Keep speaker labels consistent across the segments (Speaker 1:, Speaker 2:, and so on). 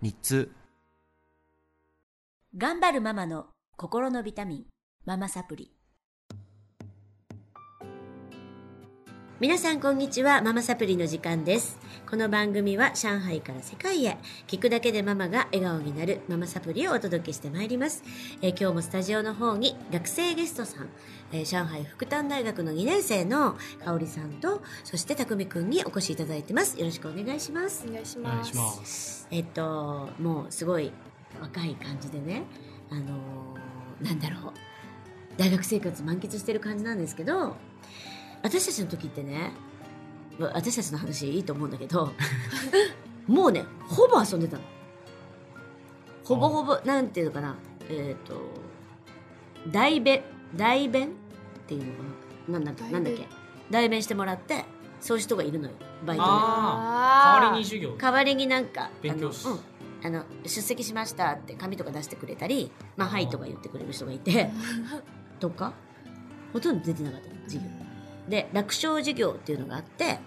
Speaker 1: 日通
Speaker 2: 頑張るママの心のビタミン、ママサプリ。皆さんこんにちは、ママサプリの時間です。この番組は上海から世界へ、聞くだけでママが笑顔になるママサプリをお届けしてまいります。えー今日もスタジオの方に学生ゲストさん、えー上海福旦大学の2年生の香里さんと、そして匠くんにお越しいただいてます。よろしくお願いします。
Speaker 3: お願いし
Speaker 4: お
Speaker 3: ま
Speaker 4: 願い
Speaker 3: す
Speaker 4: します。
Speaker 2: えっと、もうすごい若い感じでね、あのーなんだろう、大学生活満喫してる感じなんですけど、私たちの時ってね、まあ私たちの話いいと思うんだけ ど、もうね、ほぼ遊んでたの。ほぼほぼ、なんていうのかな、えっ、と、代弁、代弁っていうのかな、なんだ
Speaker 3: 代弁
Speaker 2: なんだっけ、代弁してもらって、そういう人がいるのよ、バイトで。
Speaker 4: 代
Speaker 3: あ
Speaker 4: わりに授業。
Speaker 2: 代わりになんか
Speaker 4: 勉強室
Speaker 2: あの,、うん、あの出席しましたって紙とか出してくれたり「まあ、
Speaker 4: あー
Speaker 2: はい」とか言ってくれる人がいてとかほとんど出てなかったの授業で楽勝授業っていうのがあって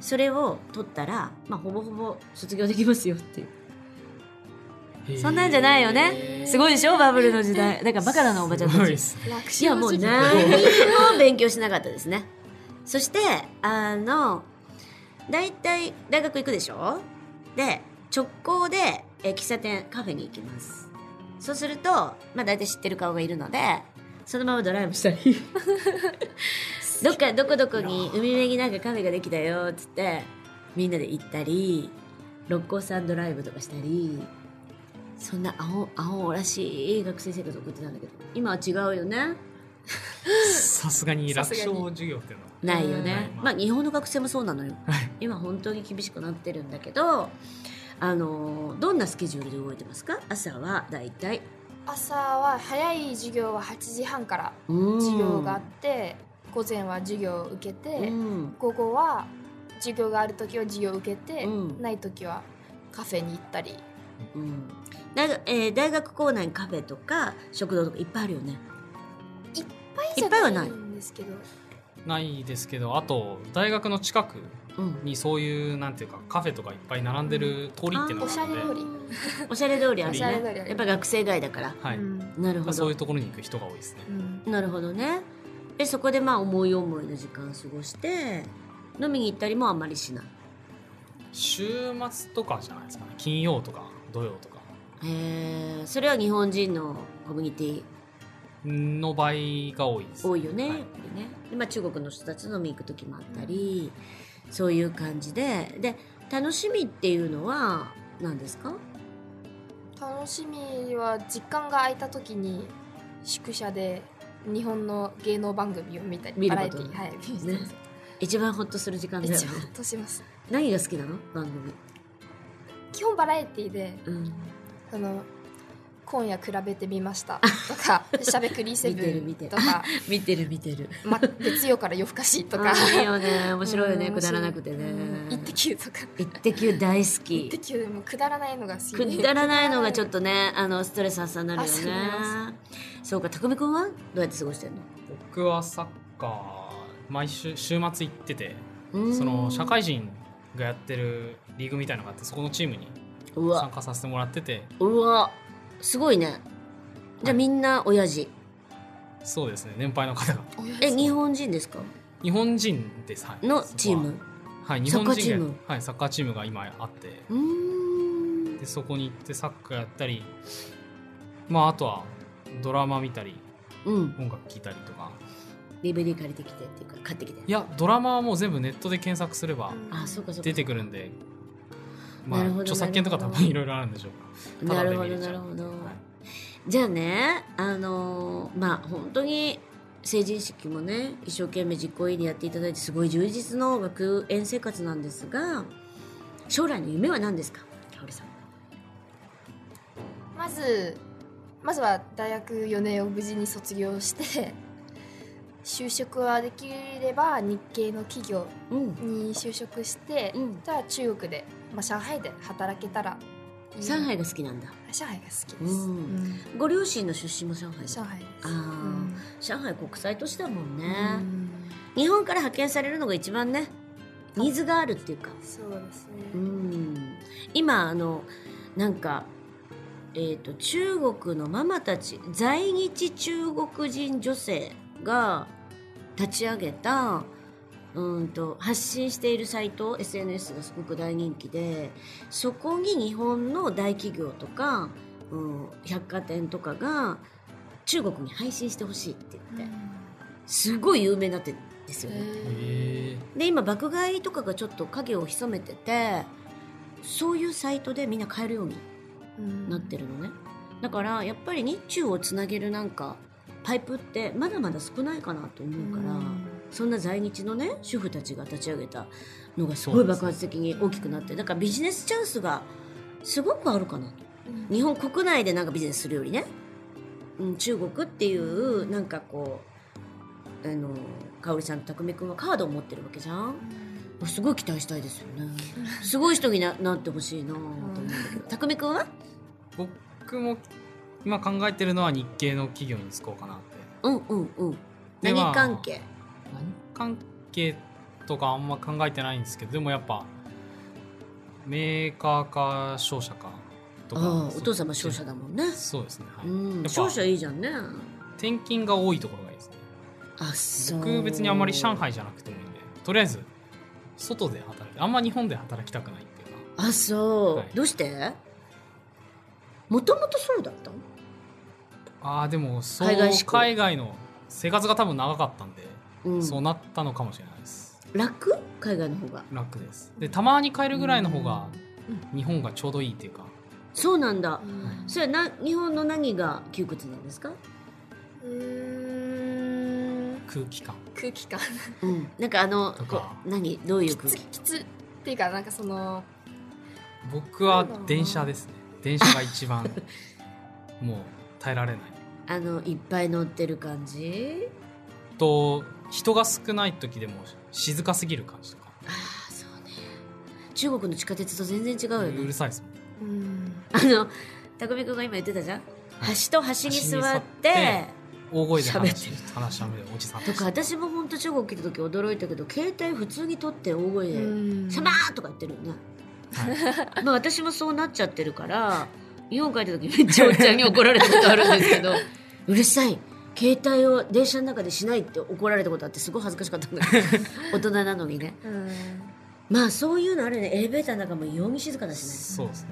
Speaker 2: それを取ったら、まあ、ほぼほぼ卒業できますよっていう
Speaker 4: へー
Speaker 2: そんなんじゃないよねすごいでしょバブルの時代だからバカなのおばちゃん
Speaker 4: す
Speaker 2: た
Speaker 4: ごい
Speaker 2: ち
Speaker 4: ですね
Speaker 3: 楽勝
Speaker 2: いやもう
Speaker 3: 授業
Speaker 2: 何も勉強しなかったですねそしてあの大体大学行くでしょで直行でえ喫茶店カフェに行きますそうすると、まあ、大体知ってる顔がいるのでそのままドライブ したりどっかどこどこに海辺になんかカフェができたよっつってみんなで行ったり六甲山ドライブとかしたりそんな青青らしい学生生活を送ってたんだけど今は違うよね
Speaker 4: さすがに楽勝授業っていうのは。
Speaker 2: ないよね、
Speaker 4: うん
Speaker 2: まあ日本の学生もそうなのよ
Speaker 4: はい
Speaker 2: 今本当に厳しくなってるんだけどあのーどんなスケジュールで動いてますか朝はだいたい
Speaker 3: 朝は早い授業は8時半から
Speaker 2: 授
Speaker 3: 授業があって、午前は授業を受けて、
Speaker 2: うん
Speaker 3: 午後は授業がある時は授業を受けて、
Speaker 2: うん
Speaker 3: ない時はカフェに行ったり
Speaker 2: うん大学えー大学校内にカフェとか食堂とかいっぱいあるよね
Speaker 3: い
Speaker 2: いっぱいはない
Speaker 3: んですけど
Speaker 4: ないですけど、あと大学の近く
Speaker 2: うん
Speaker 4: にそういうなんていうかカフェとかいっぱい並んでる通りっていうの
Speaker 3: お
Speaker 4: が
Speaker 3: し
Speaker 4: あ
Speaker 3: ゃ
Speaker 4: る
Speaker 3: れ
Speaker 4: の
Speaker 3: 通
Speaker 4: で、
Speaker 3: り、
Speaker 2: おしゃれ通りあるね
Speaker 3: おしゃれ通りある
Speaker 2: やっぱ学生街だから
Speaker 4: はい。
Speaker 3: うん
Speaker 2: なる
Speaker 4: ま
Speaker 2: ほ
Speaker 4: あそうい
Speaker 2: ど
Speaker 4: うところに行く人が多いですね
Speaker 3: う。ん
Speaker 2: なるほどねでそこでまあ思い思いの時間過ごして飲みに行ったりもあんまりしない
Speaker 4: 週末とかじゃないですかね。金曜とか土曜とか
Speaker 2: へーそれは日本人のコミュニティ
Speaker 4: の場合が多いです。
Speaker 2: 多いよね,、
Speaker 4: は
Speaker 2: ねでまあ、中国の人たちと飲みに行く時もあったり、そういう感じでで楽しみっていうのは何ですか
Speaker 3: 楽しみは時間が空いた時に宿舎で日本の芸能番組を見たり
Speaker 2: 見る
Speaker 3: バラ
Speaker 2: こ
Speaker 3: エ
Speaker 2: と
Speaker 3: ティーはい見
Speaker 2: ね
Speaker 3: ます
Speaker 2: 一番ホッとする時間だよね
Speaker 3: 一応ほっとします
Speaker 2: 何が好きなの番組、
Speaker 3: 基本バラエティーで
Speaker 2: うん、
Speaker 3: あの今夜比べてみ ましたとか「しゃべくりセ
Speaker 2: 見て
Speaker 3: ブ
Speaker 2: る見
Speaker 3: ン
Speaker 2: て」る
Speaker 3: とか
Speaker 2: 見てる見てる
Speaker 3: 「ま、月曜から夜更かし」とか
Speaker 2: あーいいよ ね面白いよね
Speaker 3: うん
Speaker 2: くだらなくて
Speaker 3: うん
Speaker 2: ね
Speaker 3: イッテ Q!」とか
Speaker 2: イッテ Q 大好
Speaker 3: 「イッテ
Speaker 2: き
Speaker 3: Q!」でもくだらないのが好き
Speaker 2: く
Speaker 3: で
Speaker 2: だらないのがちょっとねあのストレス発散になるよ
Speaker 3: あそうな
Speaker 2: ねそうか匠くんはどうやって過ごしてんの
Speaker 4: 僕はサッカー毎週週末行ってて、
Speaker 2: うん
Speaker 4: その社会人がやってるリーグみたいなのがあって、そこのチームに
Speaker 2: うわ
Speaker 4: 参加させてもらってて、
Speaker 2: うわすごいねじゃあみんな親父
Speaker 4: そうですね。年配の方が。
Speaker 2: え日本人ですか
Speaker 4: 日本人です、はい、
Speaker 2: の
Speaker 4: そこは
Speaker 2: チーム
Speaker 4: はい日
Speaker 2: サッ
Speaker 4: 本
Speaker 2: カーチー
Speaker 4: 人
Speaker 2: ム
Speaker 4: がはい、サッカーチームが今あって
Speaker 2: うーん
Speaker 4: でそこに行ってサッカーやったりまああとはドラマ見たり
Speaker 2: うん
Speaker 4: 音楽聴いたりとか
Speaker 2: DVD 借りてきてっていうか買ってきて
Speaker 4: いやドラマはもう全部ネットで検索すれば
Speaker 2: あそうかそうか
Speaker 4: 出てくるんで、まあ
Speaker 2: なるほど
Speaker 4: 著作権とか多
Speaker 2: なるほ
Speaker 4: 分
Speaker 2: ど
Speaker 4: いろいろあるんでしょうか
Speaker 2: なるほど
Speaker 4: ただで見れち
Speaker 2: な
Speaker 4: ゃ
Speaker 2: る
Speaker 4: う
Speaker 2: ほど、
Speaker 4: はい
Speaker 2: じゃあねあのーまあ本当に成人式もね一生懸命実行委員でやっていただいてすごい充実の学園生活なんですが将来の夢は何ですか香香織さん
Speaker 3: まずまずは大学4年を無事に卒業して就職はできれば日系の企業
Speaker 2: うん
Speaker 3: に就職して、
Speaker 2: うん
Speaker 3: ただ中国で、まあ、上海で働けたらいい
Speaker 2: 上海が好きなんだ
Speaker 3: 上海が好きです、
Speaker 2: うん
Speaker 3: うん
Speaker 2: ご両親の出身も上海
Speaker 3: 上海です
Speaker 2: あー上海国際都市だもんね、
Speaker 3: うん
Speaker 2: 日本から派遣されるのが一番ねニーズがあるっていうか
Speaker 3: そうですね、
Speaker 2: うん今あのなんかえっ、と中国のママたち在日中国人女性が立ち上げたうんと発信しているサイト SNS がすごく大人気でそこに日本の大企業とか、うん、百貨店とかが中国に配信してほしいって言って、すごい有名になってるんですよね。
Speaker 4: え
Speaker 2: で今爆買いとかがちょっと影を潜めててそういうサイトでみんな買えるようになって
Speaker 3: る
Speaker 2: るのね、だからやっぱり日中をつなげるなんかパイプってまだまだ少ないかなと思うから、そんな在日のね主婦たちが立ち上げたのがすごい爆発的に大きくなってだからビジネスチャンスがすごくあるかなと日本国内でなんかビジネスするよりね、うん、中国っていうなんかこうあの香織さんと匠君はカードを持ってるわけじゃんすごい期待したいですよ ね。すごい人にななってほしいなと思うんだけど。たくみくんは？
Speaker 4: ー、僕も今考えてるのは日系の企業に就こうかなって
Speaker 2: うんうんうん。
Speaker 4: でま
Speaker 2: 何
Speaker 4: あ
Speaker 2: 関係？
Speaker 4: 何関係とかあんま考えてないんですけどでもやっぱメーカーか商社かと
Speaker 2: あ
Speaker 4: か
Speaker 2: あ、
Speaker 4: そ
Speaker 2: お父様商社だもんね。
Speaker 4: そうですね、はい
Speaker 2: うん、
Speaker 4: やっぱ
Speaker 2: 商社いいじゃんね。
Speaker 4: 転勤が多いところがいいですね
Speaker 2: あ、そう。
Speaker 4: 僕別にあんまり上。海じゃなくてもいいんでとりあえず外で働いてあんま日本で働きたくないっていうか
Speaker 2: あ、そう。
Speaker 4: はい
Speaker 2: どうして？もともとそうだったの？
Speaker 4: ああでもそう
Speaker 2: 海
Speaker 4: 海
Speaker 2: 外志
Speaker 4: 外
Speaker 2: 向
Speaker 4: の生活が多分長かったんで、
Speaker 2: うん。
Speaker 4: そうなったのかもしれないです
Speaker 2: 楽？海外の方が。
Speaker 4: 楽ですでたまに帰るぐらいの方が日本がちょうどいいっていうか
Speaker 2: そうなんだ。
Speaker 4: ん
Speaker 2: それはな日本の何が窮屈なんですか？
Speaker 3: うーん
Speaker 4: 空気感
Speaker 3: 空気感
Speaker 2: うん。なんかあの
Speaker 4: とか
Speaker 2: こう何どうい
Speaker 3: き
Speaker 2: う空
Speaker 3: つ
Speaker 2: 気？
Speaker 3: きつっていうかなんかその
Speaker 4: 僕は電車ですね電車が 一番もう耐えられない
Speaker 2: あのいっぱい乗ってる感じ？
Speaker 4: と人が少ない時でも静かすぎる感じとか
Speaker 2: ああそうね中国の地下鉄と全然違うよ
Speaker 4: うる
Speaker 2: ね
Speaker 4: さいですもん
Speaker 3: うん
Speaker 2: あの匠君が今言ってたじゃん、
Speaker 4: はい
Speaker 2: 橋と端に座っ
Speaker 4: 端に
Speaker 2: て
Speaker 4: 大声で話し
Speaker 2: 喋
Speaker 4: 話しゃべるおじさん
Speaker 2: とか私も本当中国来た時驚いたけど携帯普通に取って大声で「シャバー!」とか言ってるよね、
Speaker 4: はい
Speaker 2: まあ私もそうなっちゃってるから日本帰った時めっちゃおっちゃんに怒られたことあるんですけ どうるさい携帯を電車の中でしないって怒られたことあってすごい恥ずかしかったんだけど 大人なのにね
Speaker 3: うん
Speaker 2: まあそういうのあるねエレベーターなんかも異様に静かだしね
Speaker 4: そうですね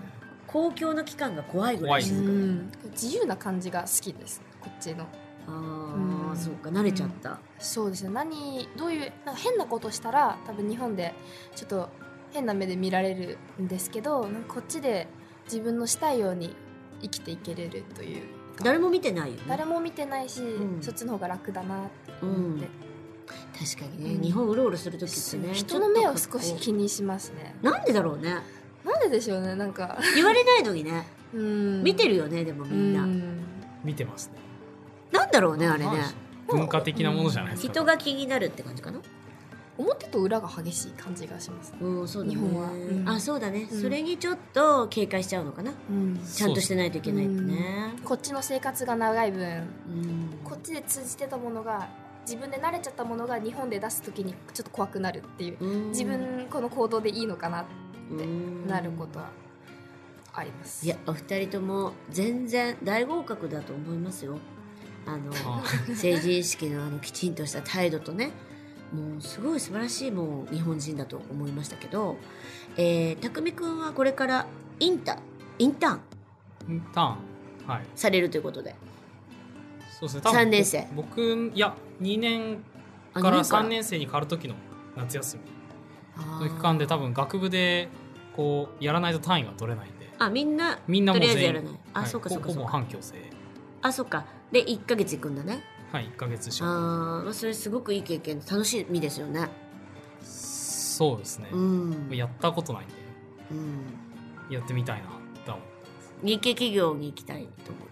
Speaker 2: 公共の機関が怖いぐらい静かだ
Speaker 4: 怖
Speaker 2: ね
Speaker 4: い
Speaker 3: 自由な感じが好きですこっちの
Speaker 2: あ
Speaker 3: う
Speaker 2: あ
Speaker 3: ん
Speaker 2: そうか慣れちゃった、
Speaker 3: そうですね何どういうなんか変なことしたら多分日本でちょっと変な目で見られるんですけどなんかこっちで自分のしたいように生きていけれるというか
Speaker 2: 誰も見てないよね
Speaker 3: 誰も見てないし、
Speaker 2: うん
Speaker 3: そっちの方が楽だなって
Speaker 2: う
Speaker 3: 思って
Speaker 2: ん、、確かにね、
Speaker 3: うん
Speaker 2: 日本うろうろする時って
Speaker 3: そう
Speaker 2: ね
Speaker 3: 人の目を
Speaker 2: ちょっと
Speaker 3: 少
Speaker 2: こう
Speaker 3: し気にしますね
Speaker 2: なんでだろうね
Speaker 3: なんででしょうねなん か
Speaker 2: 言われないのにね
Speaker 3: うん
Speaker 2: 見て
Speaker 3: る
Speaker 2: るよねでもみんな、
Speaker 4: 見てますね
Speaker 2: なんだろうねあれね
Speaker 4: ま文化的なものじゃないですか
Speaker 2: 人が気になるって感じかな
Speaker 3: 表と裏が激しい感じがします、
Speaker 2: うんそうだね
Speaker 3: 日本はうん
Speaker 2: あそうだね、
Speaker 3: うん
Speaker 2: それにちょっと警戒しちゃうのかな
Speaker 3: うん
Speaker 2: ちゃんとしてないといけないってね
Speaker 3: こっちの生活が長い分
Speaker 2: うん
Speaker 3: こっちで通じてたものが自分で慣れちゃったものが日本で出す時にちょっと怖くなるっていう
Speaker 2: うん
Speaker 3: 自分この行動でいいのかなって
Speaker 2: うん
Speaker 3: なることはあります
Speaker 2: いやお二人とも全然大合格だと思いますよあの
Speaker 4: あ
Speaker 2: 成人式のあのきちんとした態度とねもうすごい素晴らしいもう日本人だと思いましたけど、えー、匠くんはこれからインタインターン
Speaker 4: インターンはい
Speaker 2: されるということで
Speaker 4: そうですね
Speaker 2: 3年生
Speaker 4: 僕いや2年
Speaker 2: あ
Speaker 4: から
Speaker 2: 二
Speaker 4: 3年生に変わる時の夏休みの期間で多分学部でこうやらないと単位が取れないんで
Speaker 2: あーあみんな
Speaker 4: みんなもう
Speaker 2: とりあえず
Speaker 4: 全
Speaker 2: や
Speaker 4: 員
Speaker 2: らないあ、
Speaker 4: はい
Speaker 2: そうかそうか
Speaker 4: ほ
Speaker 2: そ
Speaker 4: ぼ
Speaker 2: うか
Speaker 4: 半強制
Speaker 2: あそうかで1ヶ月行くんだね
Speaker 4: はい1ヶ月し
Speaker 2: あー
Speaker 4: か
Speaker 2: まあそれすごくいい経験楽しみですよね
Speaker 4: そうですね
Speaker 2: うん
Speaker 4: やったことないんで
Speaker 2: うん
Speaker 4: やってみたいなとは思う
Speaker 2: 日系企業に行きたいと思って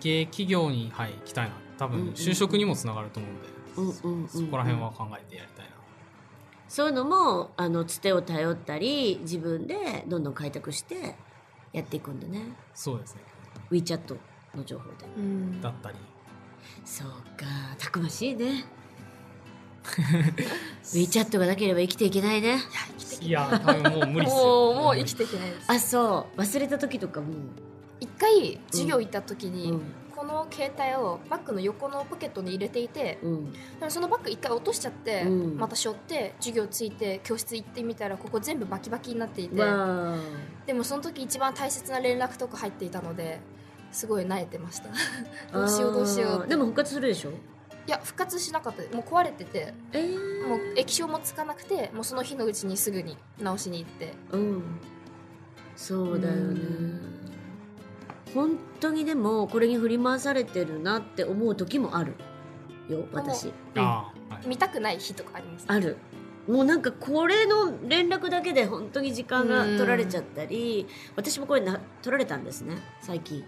Speaker 4: 系企業にはい行きたいな多
Speaker 2: うん
Speaker 4: 分
Speaker 2: うん
Speaker 4: 就職にもつながると思
Speaker 2: うんうん
Speaker 4: うん
Speaker 2: うんう
Speaker 4: で
Speaker 2: ん
Speaker 4: そこら辺は考えてやりたいな
Speaker 2: そういうのもあのつてを頼ったり自分でどんどん開拓してやっていくんだね
Speaker 4: そうですね
Speaker 2: WeChat の情報で
Speaker 3: うん
Speaker 4: だったり
Speaker 2: そうかたくましい ね WeChat がなければ生きていけないね
Speaker 4: いや多分もう無理っすよ
Speaker 3: もうもう生きていけないです
Speaker 2: あそう忘れた時とかもう、
Speaker 3: 一回授業行った時に、
Speaker 2: うん
Speaker 3: この携帯をバッグの横のポケットに入れていて
Speaker 2: うん、
Speaker 3: でもそのバッグ一回落としちゃって、
Speaker 2: うん
Speaker 3: また背負って授業ついて教室行ってみたらここ全部バキバキになっていて
Speaker 2: わあ
Speaker 3: でもその時一番大切な連絡とか入っていたのですごい萎えて ましたどうしようどうしよう
Speaker 2: あ
Speaker 3: っ
Speaker 2: ー
Speaker 3: て
Speaker 2: でも復活するでしょ
Speaker 3: いや復活しなかったもう壊れてて
Speaker 2: えー
Speaker 3: もう液晶もつかなくてもうその日のうちにすぐに直しに行って
Speaker 2: うんそうだよね
Speaker 3: うん
Speaker 2: 本当にでもこれに振り回されてるなって思う時もあるよ私
Speaker 4: ああ、はい
Speaker 3: 見たくない日とかあります
Speaker 2: あるもうなんかこれの連絡だけで本当に時間が取られちゃったり私もこれな取られたんですね最近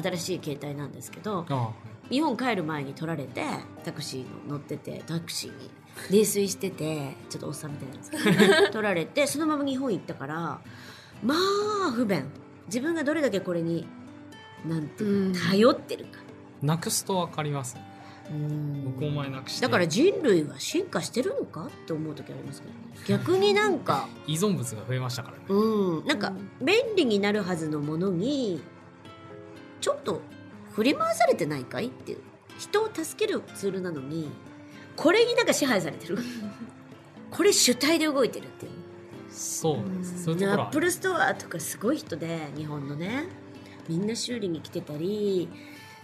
Speaker 2: 新しい携帯なんですけど
Speaker 4: あ
Speaker 2: 日本帰る前に取られてタクシーの乗っててタクシーに泥酔しててちょっとおっさんみたいなんですけ ど取られてそのまま日本行ったからまあ不便自分がどれだけこれになんていうか
Speaker 3: うん
Speaker 2: 頼ってるか
Speaker 4: あなくすと分かります
Speaker 2: うん
Speaker 4: 僕も前なくして
Speaker 2: だから人類は進化してるのかって思う時ありますけどね逆になんか
Speaker 4: 依存物が増えましたからね
Speaker 2: うんなんか便利になるはずのものにちょっと振り回されてないかいっていう人を助けるツールなのにこれになんか支配されて るこれ主体で動いてるっていう
Speaker 4: そうですそういうところ
Speaker 2: アッ
Speaker 4: は
Speaker 2: プルストアとかすごい人で日本のねみんな修理に来てたり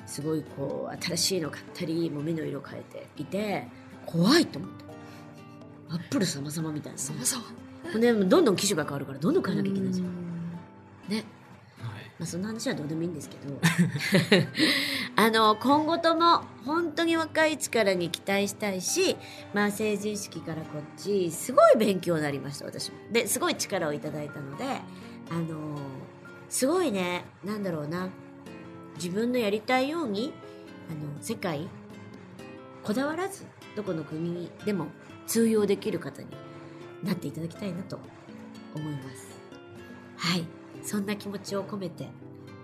Speaker 2: すごいこう新しいの買ったりもう目の色変えていて怖いと思ったアップル様様みたいな
Speaker 3: そもそも
Speaker 2: でもどんどん機種が変わるからどんどん変えなきゃいけないじゃんね
Speaker 4: はい
Speaker 2: まあ、そんな話はどうでもいいんですけどあの今後とも本当に若い力に期待したいし、まあ、成人式からこっちすごい勉強になりました私も。ですごい力をいただいたのであのすごいねなんだろうな自分のやりたいようにあの世界こだわらずどこの国でも通用できる方になっていただきたいなと思います。はいそんな気持ちを込めて、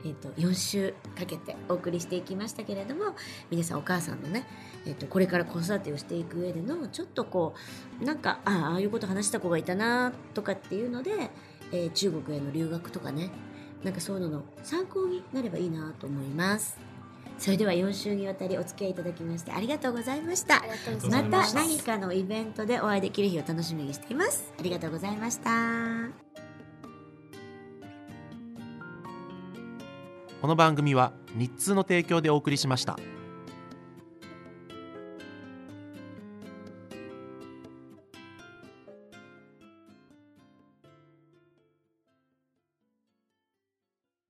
Speaker 2: えー、と4週かけてお送りしていきましたけれども皆さんお母さんのね、えー、とこれから子育てをしていく上でのちょっとこうなんかああああいうこと話した子がいたなとかっていうので、えー中国への留学とかねなんかそういうのの参考になればいいなと思います。それでは4週にわたりお付き合いいただきましてありがとうございました
Speaker 3: あり。がとうございます
Speaker 4: あ
Speaker 2: ま
Speaker 4: りがとうございま
Speaker 2: た
Speaker 4: した
Speaker 2: 何かのイベントでお会いできる日を楽しみにしています。ありがとうございました。
Speaker 1: この番組は日通の提供でお送りしました